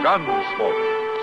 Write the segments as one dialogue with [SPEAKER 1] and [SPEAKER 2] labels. [SPEAKER 1] Gunsmoke,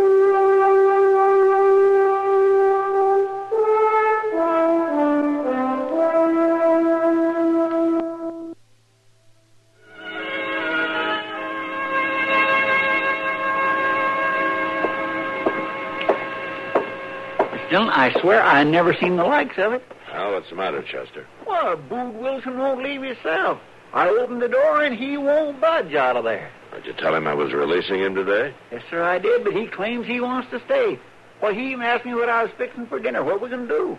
[SPEAKER 2] Dillon, I swear I never seen the likes of it.
[SPEAKER 3] Now, what's the matter, Chester?
[SPEAKER 2] Well, Bood Wilson won't leave himself. I opened the door and he won't budge out of there.
[SPEAKER 3] Did you tell him I was releasing him today?
[SPEAKER 2] Yes, sir, I did, but he claims he wants to stay. Well, he even asked me what I was fixing for dinner. What we gonna do?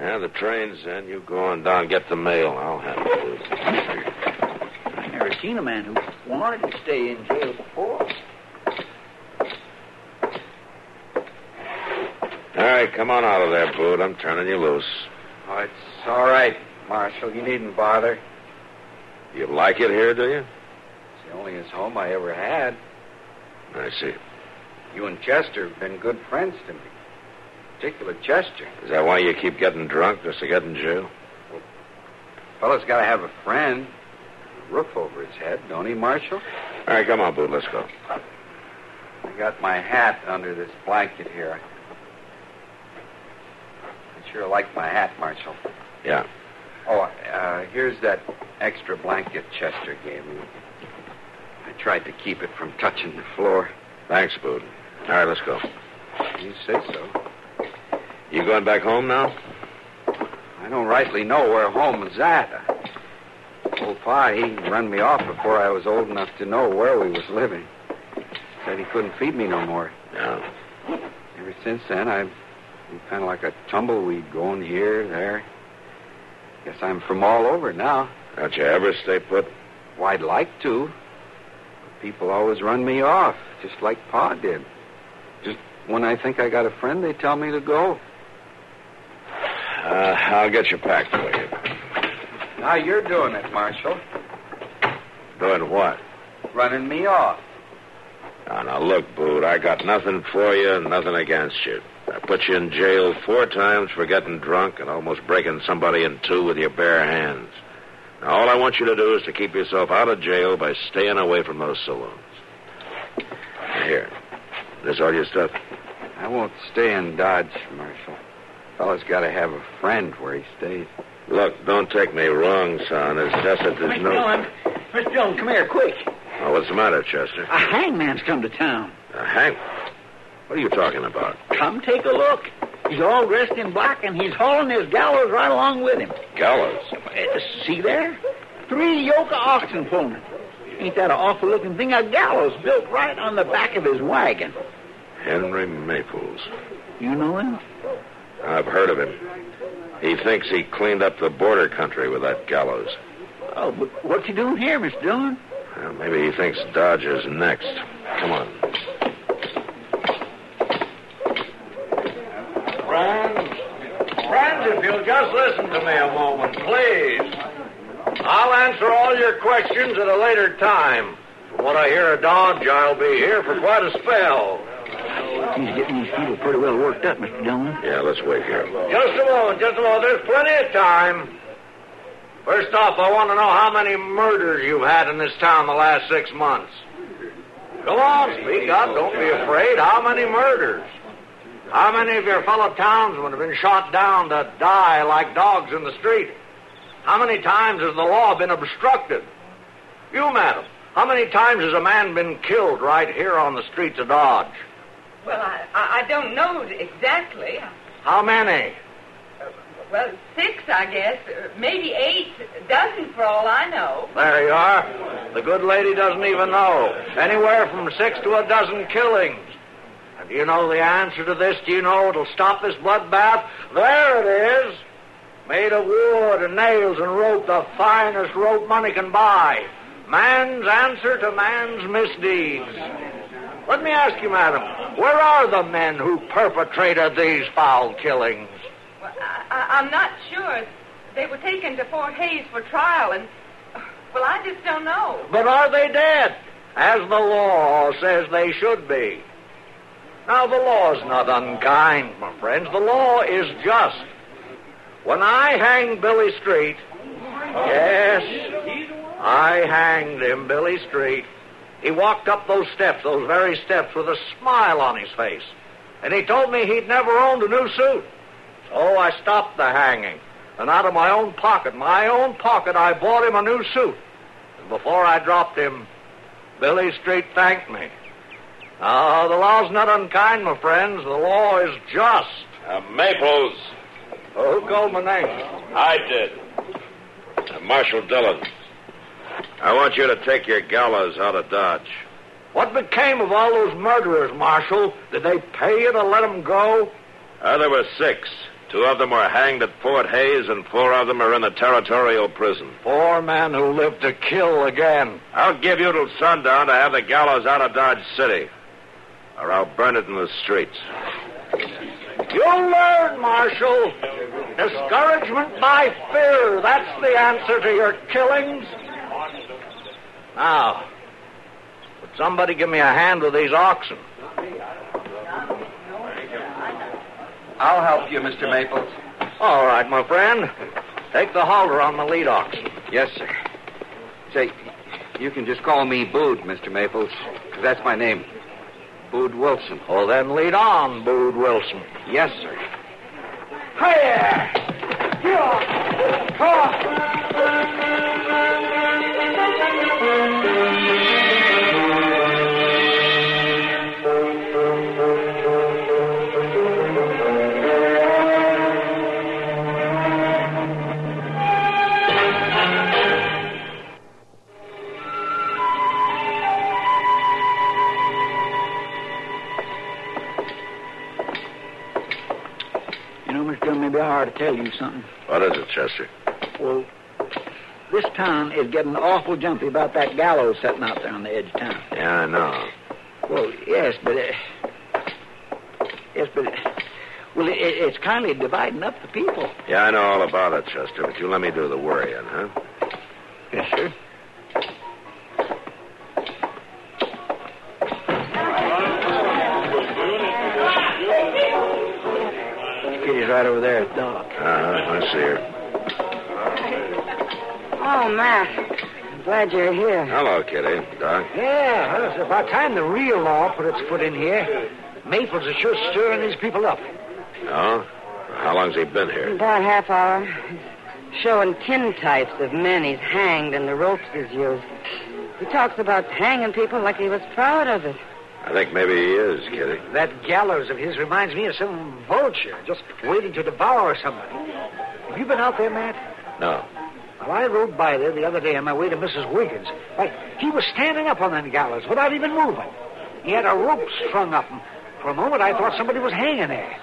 [SPEAKER 3] Yeah, the train's in. You go on down, get the mail. I'll handle this.
[SPEAKER 2] I never seen a man who wanted to stay in jail before.
[SPEAKER 3] All right, come on out of there, Boot. I'm turning you loose.
[SPEAKER 4] Oh, it's all right, Marshal. You needn't bother. It's
[SPEAKER 3] You like it here, do you?
[SPEAKER 4] the only home I ever had.
[SPEAKER 3] I see.
[SPEAKER 4] You and Chester have been good friends to me. Particular Chester.
[SPEAKER 3] Is that why you keep getting drunk just to get in jail?
[SPEAKER 4] Fella's got to have a friend. A roof over his head, don't he, Marshal?
[SPEAKER 3] All right, come on, Boot. Let's go.
[SPEAKER 4] I got my hat under this blanket here. I sure like my hat, Marshal.
[SPEAKER 3] Yeah.
[SPEAKER 4] Oh, uh, here's that extra blanket Chester gave me. I tried to keep it from touching the floor.
[SPEAKER 3] Thanks, Boot. All right, let's go.
[SPEAKER 4] You say so.
[SPEAKER 3] You going back home now?
[SPEAKER 4] I don't rightly know where home is at. Old Pa, he run me off before I was old enough to know where we was living. Said he couldn't feed me no more.
[SPEAKER 3] No.
[SPEAKER 4] Ever since then, I've been kind of like a tumbleweed going here, there. Guess I'm from all over now.
[SPEAKER 3] Don't you ever stay put?
[SPEAKER 4] Well, I'd like to. But people always run me off, just like Pa did. Just when I think I got a friend, they tell me to go.
[SPEAKER 3] Uh, I'll get you packed for you.
[SPEAKER 4] Now you're doing it, Marshal.
[SPEAKER 3] Doing what?
[SPEAKER 4] Running me off.
[SPEAKER 3] Now, now, look, Boot, I got nothing for you and nothing against you. I put you in jail four times for getting drunk and almost breaking somebody in two with your bare hands. Now, all I want you to do is to keep yourself out of jail by staying away from those saloons. Now, Here. This all your stuff?
[SPEAKER 4] I won't stay in Dodge, Marshal. Fella's got to have a friend where he stays.
[SPEAKER 3] Look, don't take me wrong, son. It's just that there's
[SPEAKER 2] Mr.
[SPEAKER 3] no...
[SPEAKER 2] Dillon, Mr. Dillon, come here, quick.
[SPEAKER 3] Oh, what's the matter, Chester?
[SPEAKER 2] A hangman's come to town.
[SPEAKER 3] Uh, Hank, what are you talking about?
[SPEAKER 2] Come take a look. He's all dressed in black and he's hauling his gallows right along with him.
[SPEAKER 3] Gallows.
[SPEAKER 2] Uh, See there? Three yoke of oxen pulling it. Ain't that an awful looking thing? A gallows built right on the back of his wagon.
[SPEAKER 3] Henry Maples.
[SPEAKER 2] You know him?
[SPEAKER 3] I've heard of him. He thinks he cleaned up the border country with that gallows.
[SPEAKER 2] Oh, but what's he doing here, Mr. Dillon?
[SPEAKER 3] Well, maybe he thinks Dodge is next. Come on.
[SPEAKER 5] Friends, friends, if you'll just listen to me a moment, please. I'll answer all your questions at a later time. From what I hear of Dodge, I'll be here for quite a spell.
[SPEAKER 2] He's getting these people pretty well worked up, Mr. Dillon.
[SPEAKER 3] Yeah, let's wait here.
[SPEAKER 5] Just a moment, just a moment. There's plenty of time. First off, I want to know how many murders you've had in this town the last six months. Come on, speak up. Don't be afraid. How many murders? How many of your fellow townsmen have been shot down to die like dogs in the street? How many times has the law been obstructed? You, madam, how many times has a man been killed right here on the streets of Dodge?
[SPEAKER 6] Well, I, I I don't know exactly.
[SPEAKER 5] How many?
[SPEAKER 6] Well, six, I guess. uh, Maybe eight. A dozen for all I know.
[SPEAKER 4] There you are. The good lady doesn't even know. Anywhere from six to a dozen killings. And do you know the answer to this? Do you know it'll stop this bloodbath? There it is. Made of wood and nails and rope, the finest rope money can buy. Man's answer to man's misdeeds. Let me ask you, madam, where are the men who perpetrated these foul killings?
[SPEAKER 6] Well, I, I, I'm not sure. They were taken to Fort Hayes for trial, and, well, I just don't know.
[SPEAKER 4] But are they dead? As the law says they should be. Now, the law's not unkind, my friends. The law is just. When I hanged Billy Street, yes, I hanged him, Billy Street. He walked up those steps, those very steps, with a smile on his face. And he told me he'd never owned a new suit. So I stopped the hanging. And out of my own pocket, my own pocket, I bought him a new suit. And before I dropped him, Billy Street thanked me. Now, the law's not unkind, my friends. The law is just.
[SPEAKER 3] Uh, Maples,
[SPEAKER 4] Oh, who called my name?
[SPEAKER 3] I did. Uh, Marshal Dillon, I want you to take your gallows out of Dodge.
[SPEAKER 4] What became of all those murderers, Marshal? Did they pay you to let 'em go?
[SPEAKER 3] Uh, there were six. Two of them were hanged at Fort Hayes, and four of them are in a territorial prison.
[SPEAKER 4] Four men who lived to kill again.
[SPEAKER 3] I'll give you till sundown to have the gallows out of Dodge City, or I'll burn it in the streets.
[SPEAKER 4] You'll learn, Marshal. Discouragement by fear. That's the answer to your killings. Now, would somebody give me a hand with these oxen?
[SPEAKER 7] I'll help you, Mr. Maples.
[SPEAKER 4] All right, my friend. Take the halter on the lead oxen.
[SPEAKER 7] Yes, sir. Say, you can just call me Bood, Mr. Maples, 'cause that's my name. Bood Wilson.
[SPEAKER 4] Well, then lead on, Bood Wilson.
[SPEAKER 7] Yes, sir.
[SPEAKER 8] You know, Mr. Dillon, maybe I ought to tell you something.
[SPEAKER 3] What is it, Chester?
[SPEAKER 8] Well, this town is getting awful jumpy about that gallows setting out there on the edge of town.
[SPEAKER 3] Yeah, I know.
[SPEAKER 8] Well, yes, but uh, yes, but uh, well, it, it's kind of dividing up the people.
[SPEAKER 3] Yeah, I know all about it, Chester, but you let me do the worrying, huh?
[SPEAKER 8] Yes, sir. Kitty's right over there at dog.
[SPEAKER 3] Uh-huh, I see her.
[SPEAKER 9] Oh, Matt. I'm glad you're here.
[SPEAKER 3] Hello, Kitty. Doc?
[SPEAKER 8] Yeah, well, it's about time the real law put its foot in here. Maples is sure stirring these people up.
[SPEAKER 3] No? How long's he been here?
[SPEAKER 9] About half hour. He's Showing tintypes of men he's hanged and the ropes he's used. He talks about hanging people like he was proud of it.
[SPEAKER 3] I think maybe he is, Kitty.
[SPEAKER 8] That gallows of his reminds me of some vulture just waiting to devour somebody. Have you been out there, Matt?
[SPEAKER 3] No.
[SPEAKER 8] Well, I rode by there the other day on my way to Mrs. Wiggins. Why, he was standing up on them gallows without even moving. He had a rope strung up him. For a moment, I thought somebody was hanging there.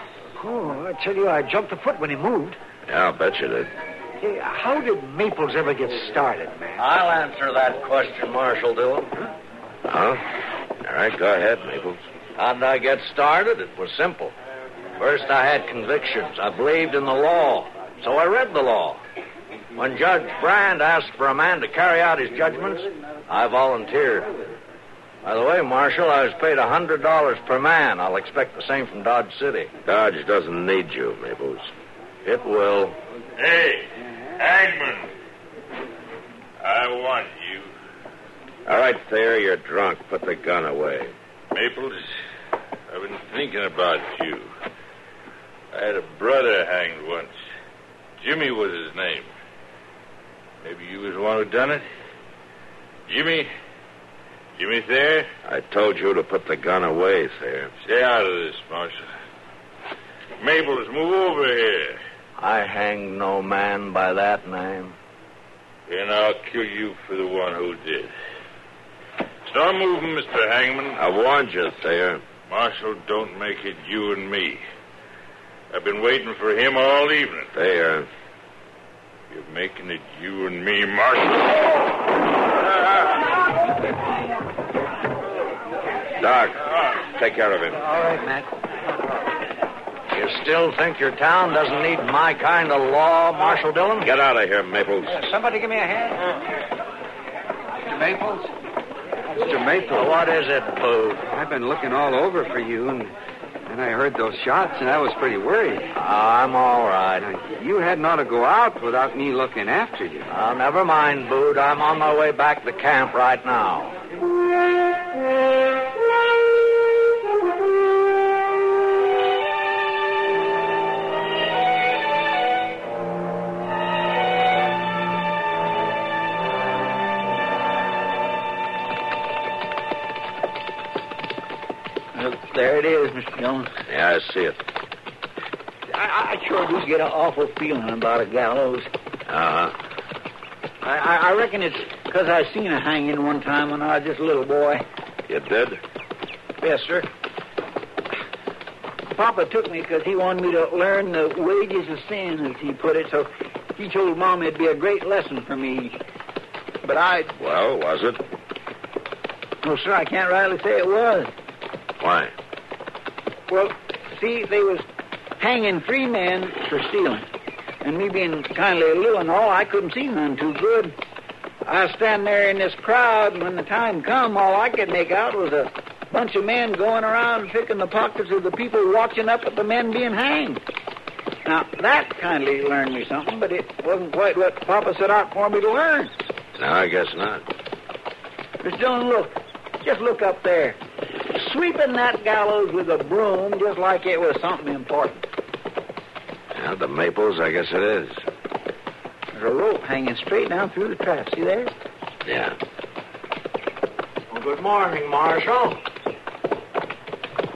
[SPEAKER 8] Oh, I tell you, I jumped a foot when he moved.
[SPEAKER 3] Yeah, I'll bet you did.
[SPEAKER 8] Hey, how did Maples ever get started, man?
[SPEAKER 4] I'll answer that question, Marshal Dillon.
[SPEAKER 3] Huh? All right, go ahead, Maples.
[SPEAKER 4] How did I get started? It was simple. First, I had convictions. I believed in the law, so I read the law. When Judge Brand asked for a man to carry out his judgments, I volunteered. By the way, Marshal, I was paid a hundred dollars per man. I'll expect the same from Dodge City.
[SPEAKER 3] Dodge doesn't need you, Maples.
[SPEAKER 4] It will.
[SPEAKER 10] Hey, Hangman. I want you.
[SPEAKER 3] All right, Thayer, you're drunk. Put the gun away.
[SPEAKER 10] Maples, I've been thinking about you. I had a brother hanged once. Jimmy was his name. Maybe you was the one who done it? Jimmy? Jimmy Thayer?
[SPEAKER 3] I told you to put the gun away, Thayer.
[SPEAKER 10] Stay out of this, Marshal. Maples, move over here.
[SPEAKER 5] I hanged no man by that name.
[SPEAKER 10] Then I'll kill you for the one who did. Start moving, Mr. Hangman.
[SPEAKER 3] I warned you, Thayer.
[SPEAKER 10] Marshal, don't make it you and me. I've been waiting for him all evening.
[SPEAKER 3] Thayer.
[SPEAKER 10] You're making it you and me, Marshal.
[SPEAKER 3] Doc, take care of him.
[SPEAKER 2] All right, Matt.
[SPEAKER 5] You still think your town doesn't need my kind of law,
[SPEAKER 8] Oh,
[SPEAKER 5] Marshal Dillon?
[SPEAKER 3] Get out of here, Maples.
[SPEAKER 2] Somebody give me a hand. Mr. Maples?
[SPEAKER 11] Mr. Maple,
[SPEAKER 5] What is it, Boo?
[SPEAKER 11] I've been looking all over for you, and and I heard those shots, and I was pretty worried.
[SPEAKER 5] I'm all right.
[SPEAKER 11] Now, you hadn't ought to go out without me looking after you.
[SPEAKER 4] Uh,
[SPEAKER 5] Oh, never mind, Boot. I'm on my way back to camp right now.
[SPEAKER 4] There it is, Mr. Jones.
[SPEAKER 3] Yeah, I see it.
[SPEAKER 4] I, I sure do get an awful feeling about a gallows.
[SPEAKER 3] Uh huh.
[SPEAKER 4] I, I, I reckon it's because I seen a hanging one time when I was just a little boy.
[SPEAKER 3] You did?
[SPEAKER 4] Yes, sir. Papa took me because he wanted me to learn the wages of sin, as he put it, so he told Mom it'd be a great lesson for me. But I,
[SPEAKER 3] Well, was it?
[SPEAKER 4] no, sir, I can't rightly say it was.
[SPEAKER 3] Why?
[SPEAKER 4] Well, see, they was hanging three men for stealing. And me being kindly little and all, I couldn't see none too good. I stand there in this crowd, and when the time come, all I could make out was a bunch of men going around picking the pockets of the people watching up at the men being hanged. Now, that kindly learned me something, but it wasn't quite what Papa set out for me to learn.
[SPEAKER 3] No, I guess not.
[SPEAKER 4] Mr. Dillon, look. Just look up there. Sweeping that gallows with a broom just like it was something important.
[SPEAKER 3] Yeah, the Maples, I guess it is.
[SPEAKER 4] There's a rope hanging straight down through the trap. See there?
[SPEAKER 3] Yeah.
[SPEAKER 5] Well, good morning, Marshal.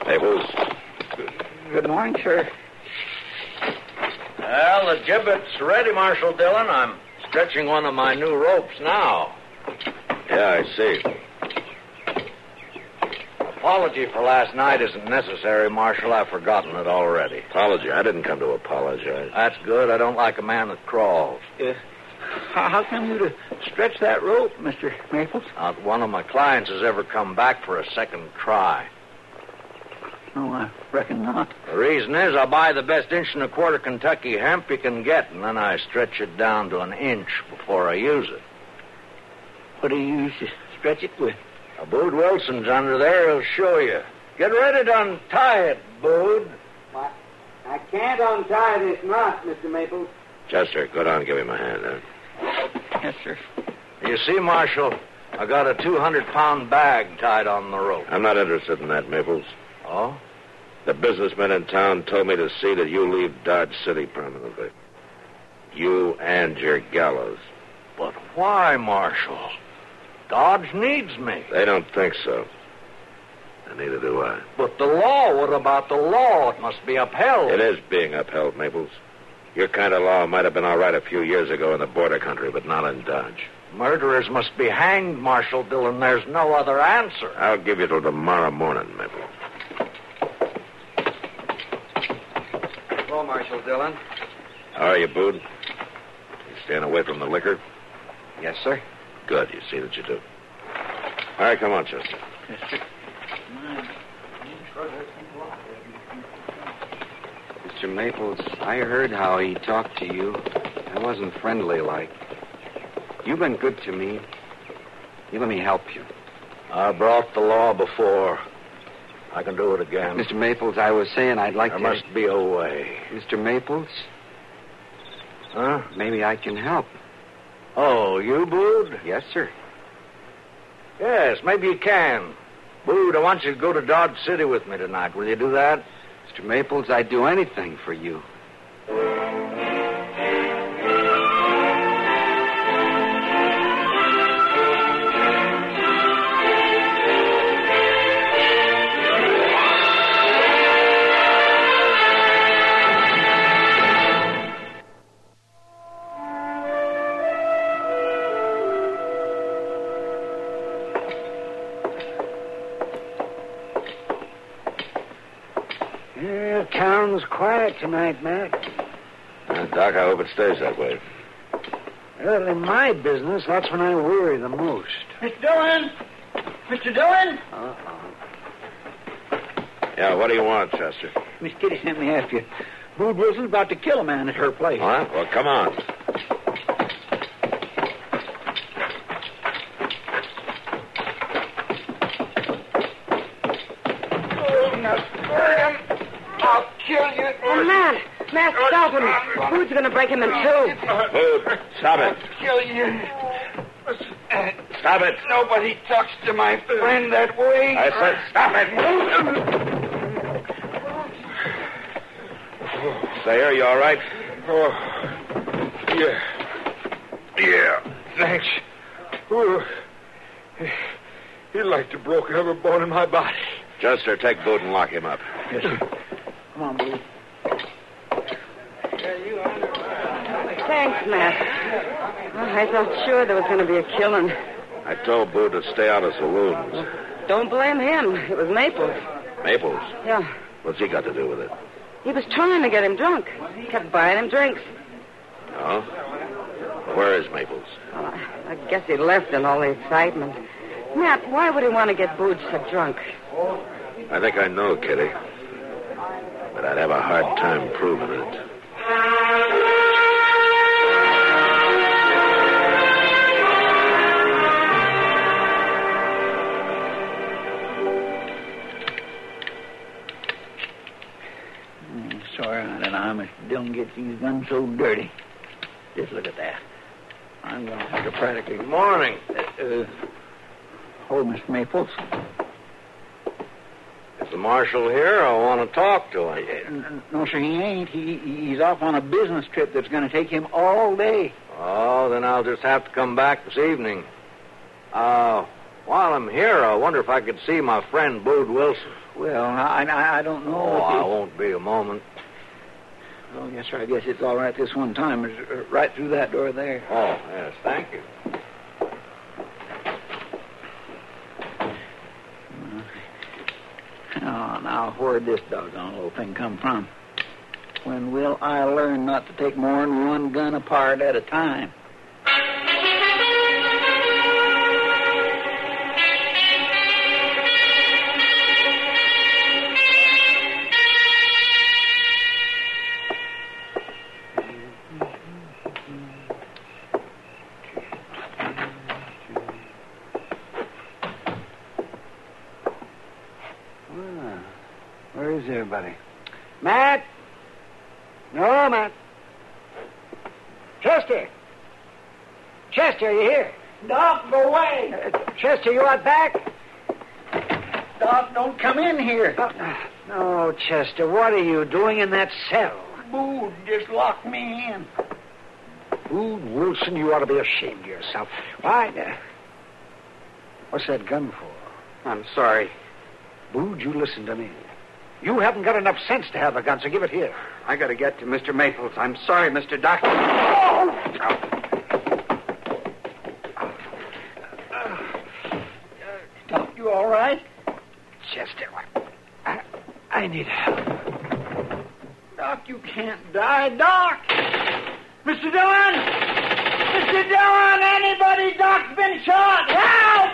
[SPEAKER 3] Maples,
[SPEAKER 4] Good morning, sir.
[SPEAKER 5] Well, the gibbet's ready, Marshal Dillon. I'm stretching one of my new ropes now.
[SPEAKER 3] Yeah, I see.
[SPEAKER 5] Apology for last night isn't necessary, Marshal. I've forgotten it already.
[SPEAKER 3] Apology. I didn't come to apologize.
[SPEAKER 5] That's good. I don't like a man that crawls.
[SPEAKER 4] How, how come you to stretch that rope, Mr. Maples?
[SPEAKER 5] Not one of my clients has ever come back for a second try.
[SPEAKER 4] No, I reckon not.
[SPEAKER 5] The reason is I buy the best inch and a quarter Kentucky hemp you can get, and then I stretch it down to an inch before I use it.
[SPEAKER 4] What do you use to stretch it with?
[SPEAKER 5] Now, Bood Wilson's under there. He'll show you. Get ready to untie it, Bood.
[SPEAKER 2] I can't untie this knot, Mr. Maples.
[SPEAKER 3] Chester, go down and give him a hand, huh?
[SPEAKER 4] Yes, sir.
[SPEAKER 5] You see, Marshal, I got a 200-pound bag tied on the rope.
[SPEAKER 3] I'm not interested in that, Maples.
[SPEAKER 5] Oh?
[SPEAKER 3] The businessmen in town told me to see that you leave Dodge City permanently. You and your gallows.
[SPEAKER 5] But why, Marshal? Dodge needs me.
[SPEAKER 3] They don't think so. And neither do I.
[SPEAKER 5] But the law, what about the law? It must be upheld.
[SPEAKER 3] It is being upheld, Maples. Your kind of law might have been all right a few years ago in the border country, but not in Dodge.
[SPEAKER 5] Murderers must be hanged, Marshal Dillon. There's no other answer.
[SPEAKER 3] I'll give you till tomorrow morning, Maples.
[SPEAKER 11] Hello, Marshal Dillon.
[SPEAKER 3] How are you, Boone? You staying away from the liquor?
[SPEAKER 11] Yes, sir.
[SPEAKER 3] Good. You see that you do. All right, come on, Chester.
[SPEAKER 11] Mr. Maples, I heard how he talked to you. I wasn't friendly like. You've been good to me. You let me help you.
[SPEAKER 5] I brought the law before. I can do it again.
[SPEAKER 11] Mr. Maples, I was saying I'd like
[SPEAKER 5] there
[SPEAKER 11] to.
[SPEAKER 5] must be a way.
[SPEAKER 11] Mr. Maples,
[SPEAKER 5] Huh?
[SPEAKER 11] maybe I can help.
[SPEAKER 5] Oh, you, Bood?
[SPEAKER 11] Yes, sir.
[SPEAKER 5] Yes, maybe you can. Bood, I want you to go to Dodge City with me tonight. Will you do that?
[SPEAKER 11] Mr. Maples, I'd do anything for you.
[SPEAKER 4] Town's quiet tonight, Mac.
[SPEAKER 3] Uh, Doc, I hope it stays that way.
[SPEAKER 4] Well, in my business, that's when I worry the most.
[SPEAKER 2] Mr. Dillon! Mr. Dillon!
[SPEAKER 3] Yeah, what do you want, Chester?
[SPEAKER 4] Miss Kitty sent me after you. Boo Grizzly's about to kill a man at her place.
[SPEAKER 3] Huh? Well, come on.
[SPEAKER 9] Oh, Matt! Matt, stop him! Who's going to break him in two?
[SPEAKER 3] Boo, stop it.
[SPEAKER 11] Kill you.
[SPEAKER 3] Stop it.
[SPEAKER 11] Nobody talks to my friend that way.
[SPEAKER 3] I said stop it. Sayer, you all right?
[SPEAKER 5] Yeah. Oh, Yeah. Thanks. Ooh. He'd like to broke every bone in my body.
[SPEAKER 3] Chester, take Boot and lock him up.
[SPEAKER 4] Come on, Boo.
[SPEAKER 9] Thanks, Matt. Well, I thought sure there was going to be a killing.
[SPEAKER 3] I told Boot to stay out of saloons.
[SPEAKER 9] Don't blame him. It was Maples.
[SPEAKER 3] Maples,
[SPEAKER 9] Yeah.
[SPEAKER 3] what's he got to do with it?
[SPEAKER 9] He was trying to get him drunk. Kept buying him drinks.
[SPEAKER 3] Oh? Where is Maples?
[SPEAKER 9] Well, I, I guess he left in all the excitement. Matt, why would he want to get Booge so drunk?
[SPEAKER 3] I think I know, Kitty. But I'd have a hard time proving it.
[SPEAKER 4] Mm, sorry, I don't know how Mr. Dillon gets these guns so dirty. Just look at that. I'm going to have to practically.
[SPEAKER 5] Good morning.
[SPEAKER 4] Uh, oh, Miss Maples.
[SPEAKER 5] Is the marshal here? I want to talk to him.
[SPEAKER 4] N- No, sir, he ain't. He, he's off on a business trip that's going to take him all day.
[SPEAKER 5] Oh, then I'll just have to come back this evening. Uh, while I'm here, I wonder if I could see my friend Bood Wilson.
[SPEAKER 4] Well, I, I, I don't know.
[SPEAKER 5] Oh,
[SPEAKER 4] if he-
[SPEAKER 5] I won't be a moment.
[SPEAKER 4] Oh, yes, sir. I guess it's all right this one time. It's uh, right through that door there.
[SPEAKER 5] Oh, yes, thank you.
[SPEAKER 4] Oh, now, where'd this doggone little thing come from? When will I learn not to take more than one gun apart at a time?
[SPEAKER 11] Ah, where is everybody?
[SPEAKER 4] Matt! No, Matt.
[SPEAKER 2] Chester! Chester, are you here? Uh,
[SPEAKER 4] Doc, go away!
[SPEAKER 2] Chester, you out back?
[SPEAKER 4] Doc, don't come in here.
[SPEAKER 2] Uh, No, Oh, Chester, what are you doing in that cell?
[SPEAKER 4] Boo, just lock me in.
[SPEAKER 2] Ooh, Wilson, you ought to be ashamed of yourself. Why? uh, what's that gun for?
[SPEAKER 11] I'm sorry.
[SPEAKER 2] Bood, you listen to me. You haven't got enough sense to have a gun, so give it here.
[SPEAKER 11] I gotta get to Mr. Maples. I'm sorry, Mr. Doc.
[SPEAKER 4] Doc, you all right?
[SPEAKER 2] Chester, I, I need help.
[SPEAKER 4] Doc, you can't die. Doc! Mr. Dillon! Mr. Dillon! Anybody? Doc's been shot! Help!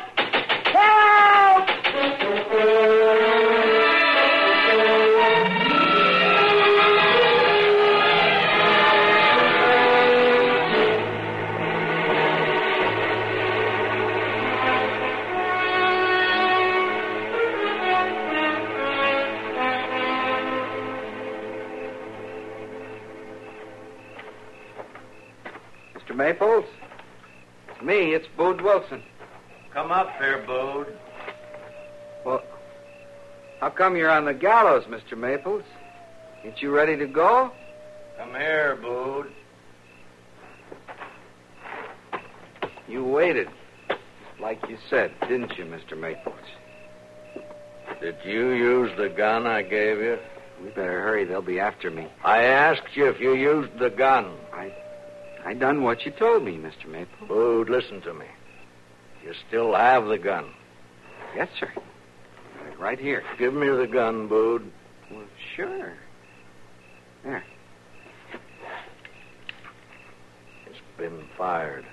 [SPEAKER 4] Help!
[SPEAKER 11] Mr. Maples? It's me. It's Bood Wilson.
[SPEAKER 5] Come up here, Bood.
[SPEAKER 11] Well, how come you're on the gallows, Mr. Maples? Ain't you ready to go?
[SPEAKER 5] Come here, Bood.
[SPEAKER 11] You waited. Like you said, didn't you, Mr. Maples?
[SPEAKER 5] Did you use the gun I gave you?
[SPEAKER 11] We better hurry. They'll be after me.
[SPEAKER 5] I asked you if you used the gun.
[SPEAKER 11] I done what you told me, Mr. Maples.
[SPEAKER 5] Bood, listen to me. You still have the gun.
[SPEAKER 11] Yes, sir. Right here.
[SPEAKER 5] Give me the gun, Bood.
[SPEAKER 11] Well, sure. There.
[SPEAKER 3] It's been fired.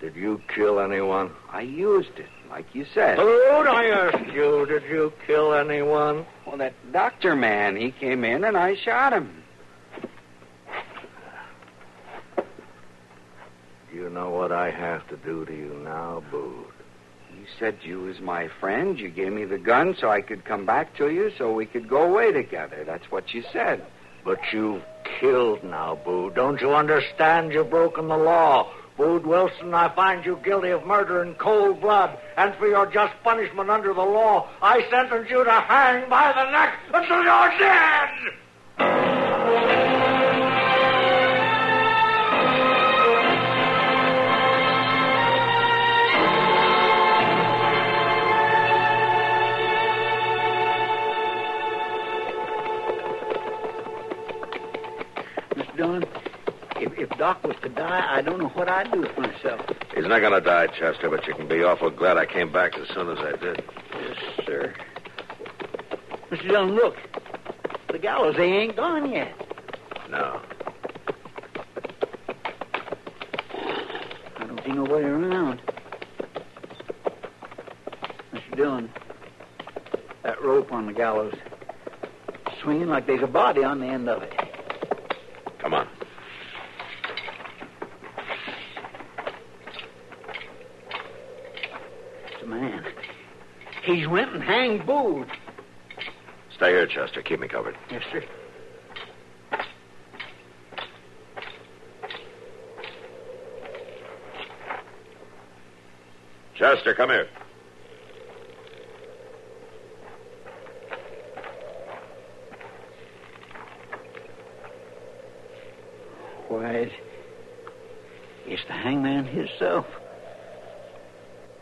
[SPEAKER 3] Did you kill anyone?
[SPEAKER 11] I used it, like you said.
[SPEAKER 3] Dude, I asked you, did you kill anyone?
[SPEAKER 11] Well, that doctor man, he came in and I shot him.
[SPEAKER 3] Do you know what I have to do to you now, Bood?
[SPEAKER 11] You said you was my friend. You gave me the gun so I could come back to you so we could go away together. That's what you said.
[SPEAKER 3] But you've killed now, Bood. Don't you understand? You've broken the law. Bood Wilson, I find you guilty of murder in cold blood, and for your just punishment under the law, I sentence you to hang by the neck until you're dead!
[SPEAKER 4] Mr. Dillon, if, if Doc was to die, I don't know what I'd do with myself.
[SPEAKER 3] He's not going to die, Chester, but you can be awful glad I came back as soon as I did.
[SPEAKER 4] Yes, sir. Mr. Dillon, look. The gallows, they ain't gone yet.
[SPEAKER 3] No.
[SPEAKER 4] I don't see no way around. Mr. Dillon, that rope on the gallows, swinging like there's a body on the end of it.
[SPEAKER 3] Come on.
[SPEAKER 4] It's a man. He's went and hanged Boone.
[SPEAKER 3] Stay here, Chester. Keep me covered.
[SPEAKER 4] Yes, sir.
[SPEAKER 3] Chester, come here.
[SPEAKER 4] Why, it- it's the hangman himself.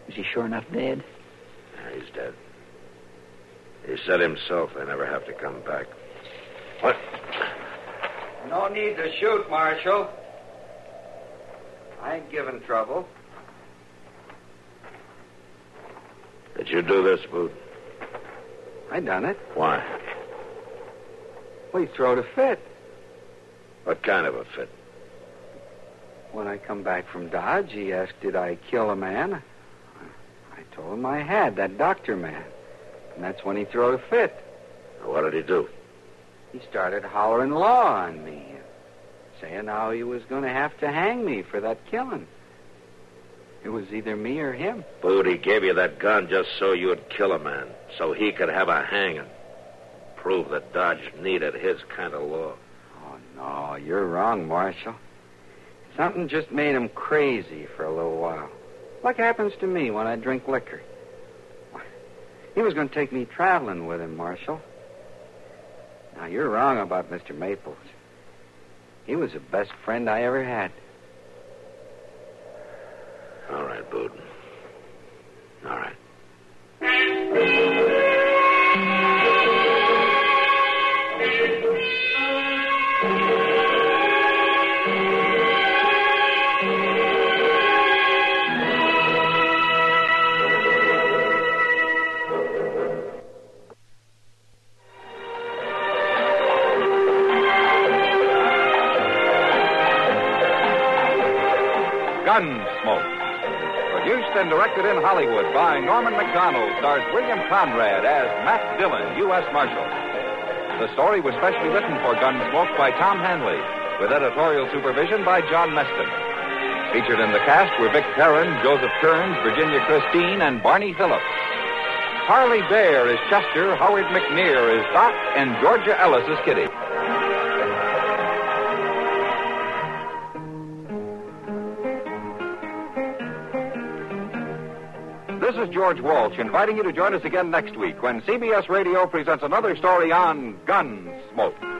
[SPEAKER 4] Is he sure enough dead?
[SPEAKER 3] Yeah, He's dead. He said himself they never have to come back. What?
[SPEAKER 11] No need to shoot, Marshal. I ain't giving trouble.
[SPEAKER 3] Did you do this, Boot?
[SPEAKER 11] I done it.
[SPEAKER 3] Why?
[SPEAKER 11] Well, he throwed a fit.
[SPEAKER 3] What kind of a fit?
[SPEAKER 11] When I come back from Dodge, he asked, Did I kill a man? I told him I had, that doctor man. And that's when he throwed a fit.
[SPEAKER 3] What did he do?
[SPEAKER 11] He started hollering law on me, saying how he was going to have to hang me for that killing. It was either me or him.
[SPEAKER 3] Boot, he gave you that gun just so you would kill a man, so he could have a hanging. Prove that Dodge needed his kind of law.
[SPEAKER 11] Oh, no, you're wrong, Marshal. Something just made him crazy for a little while. Like happens to me when I drink liquor. He was going to take me traveling with him, Marshal. Now, you're wrong about Mr. Maples. He was the best friend I ever had.
[SPEAKER 3] All right, Boot. All right.
[SPEAKER 1] Gunsmoke. Produced and directed in Hollywood by Norman McDonald, stars William Conrad as Matt Dillon, U.S. Marshal. The story was specially written for Gunsmoke by Tom Hanley, with editorial supervision by John Meston. Featured in the cast were Vic Perrin, Joseph Kearns, Virginia Christine, and Barney Phillips. Harley Bear is Chester, Howard McNear is Doc, and Georgia Ellis is Kitty. This is George Walsh inviting you to join us again next week when CBS Radio presents another story on Gunsmoke.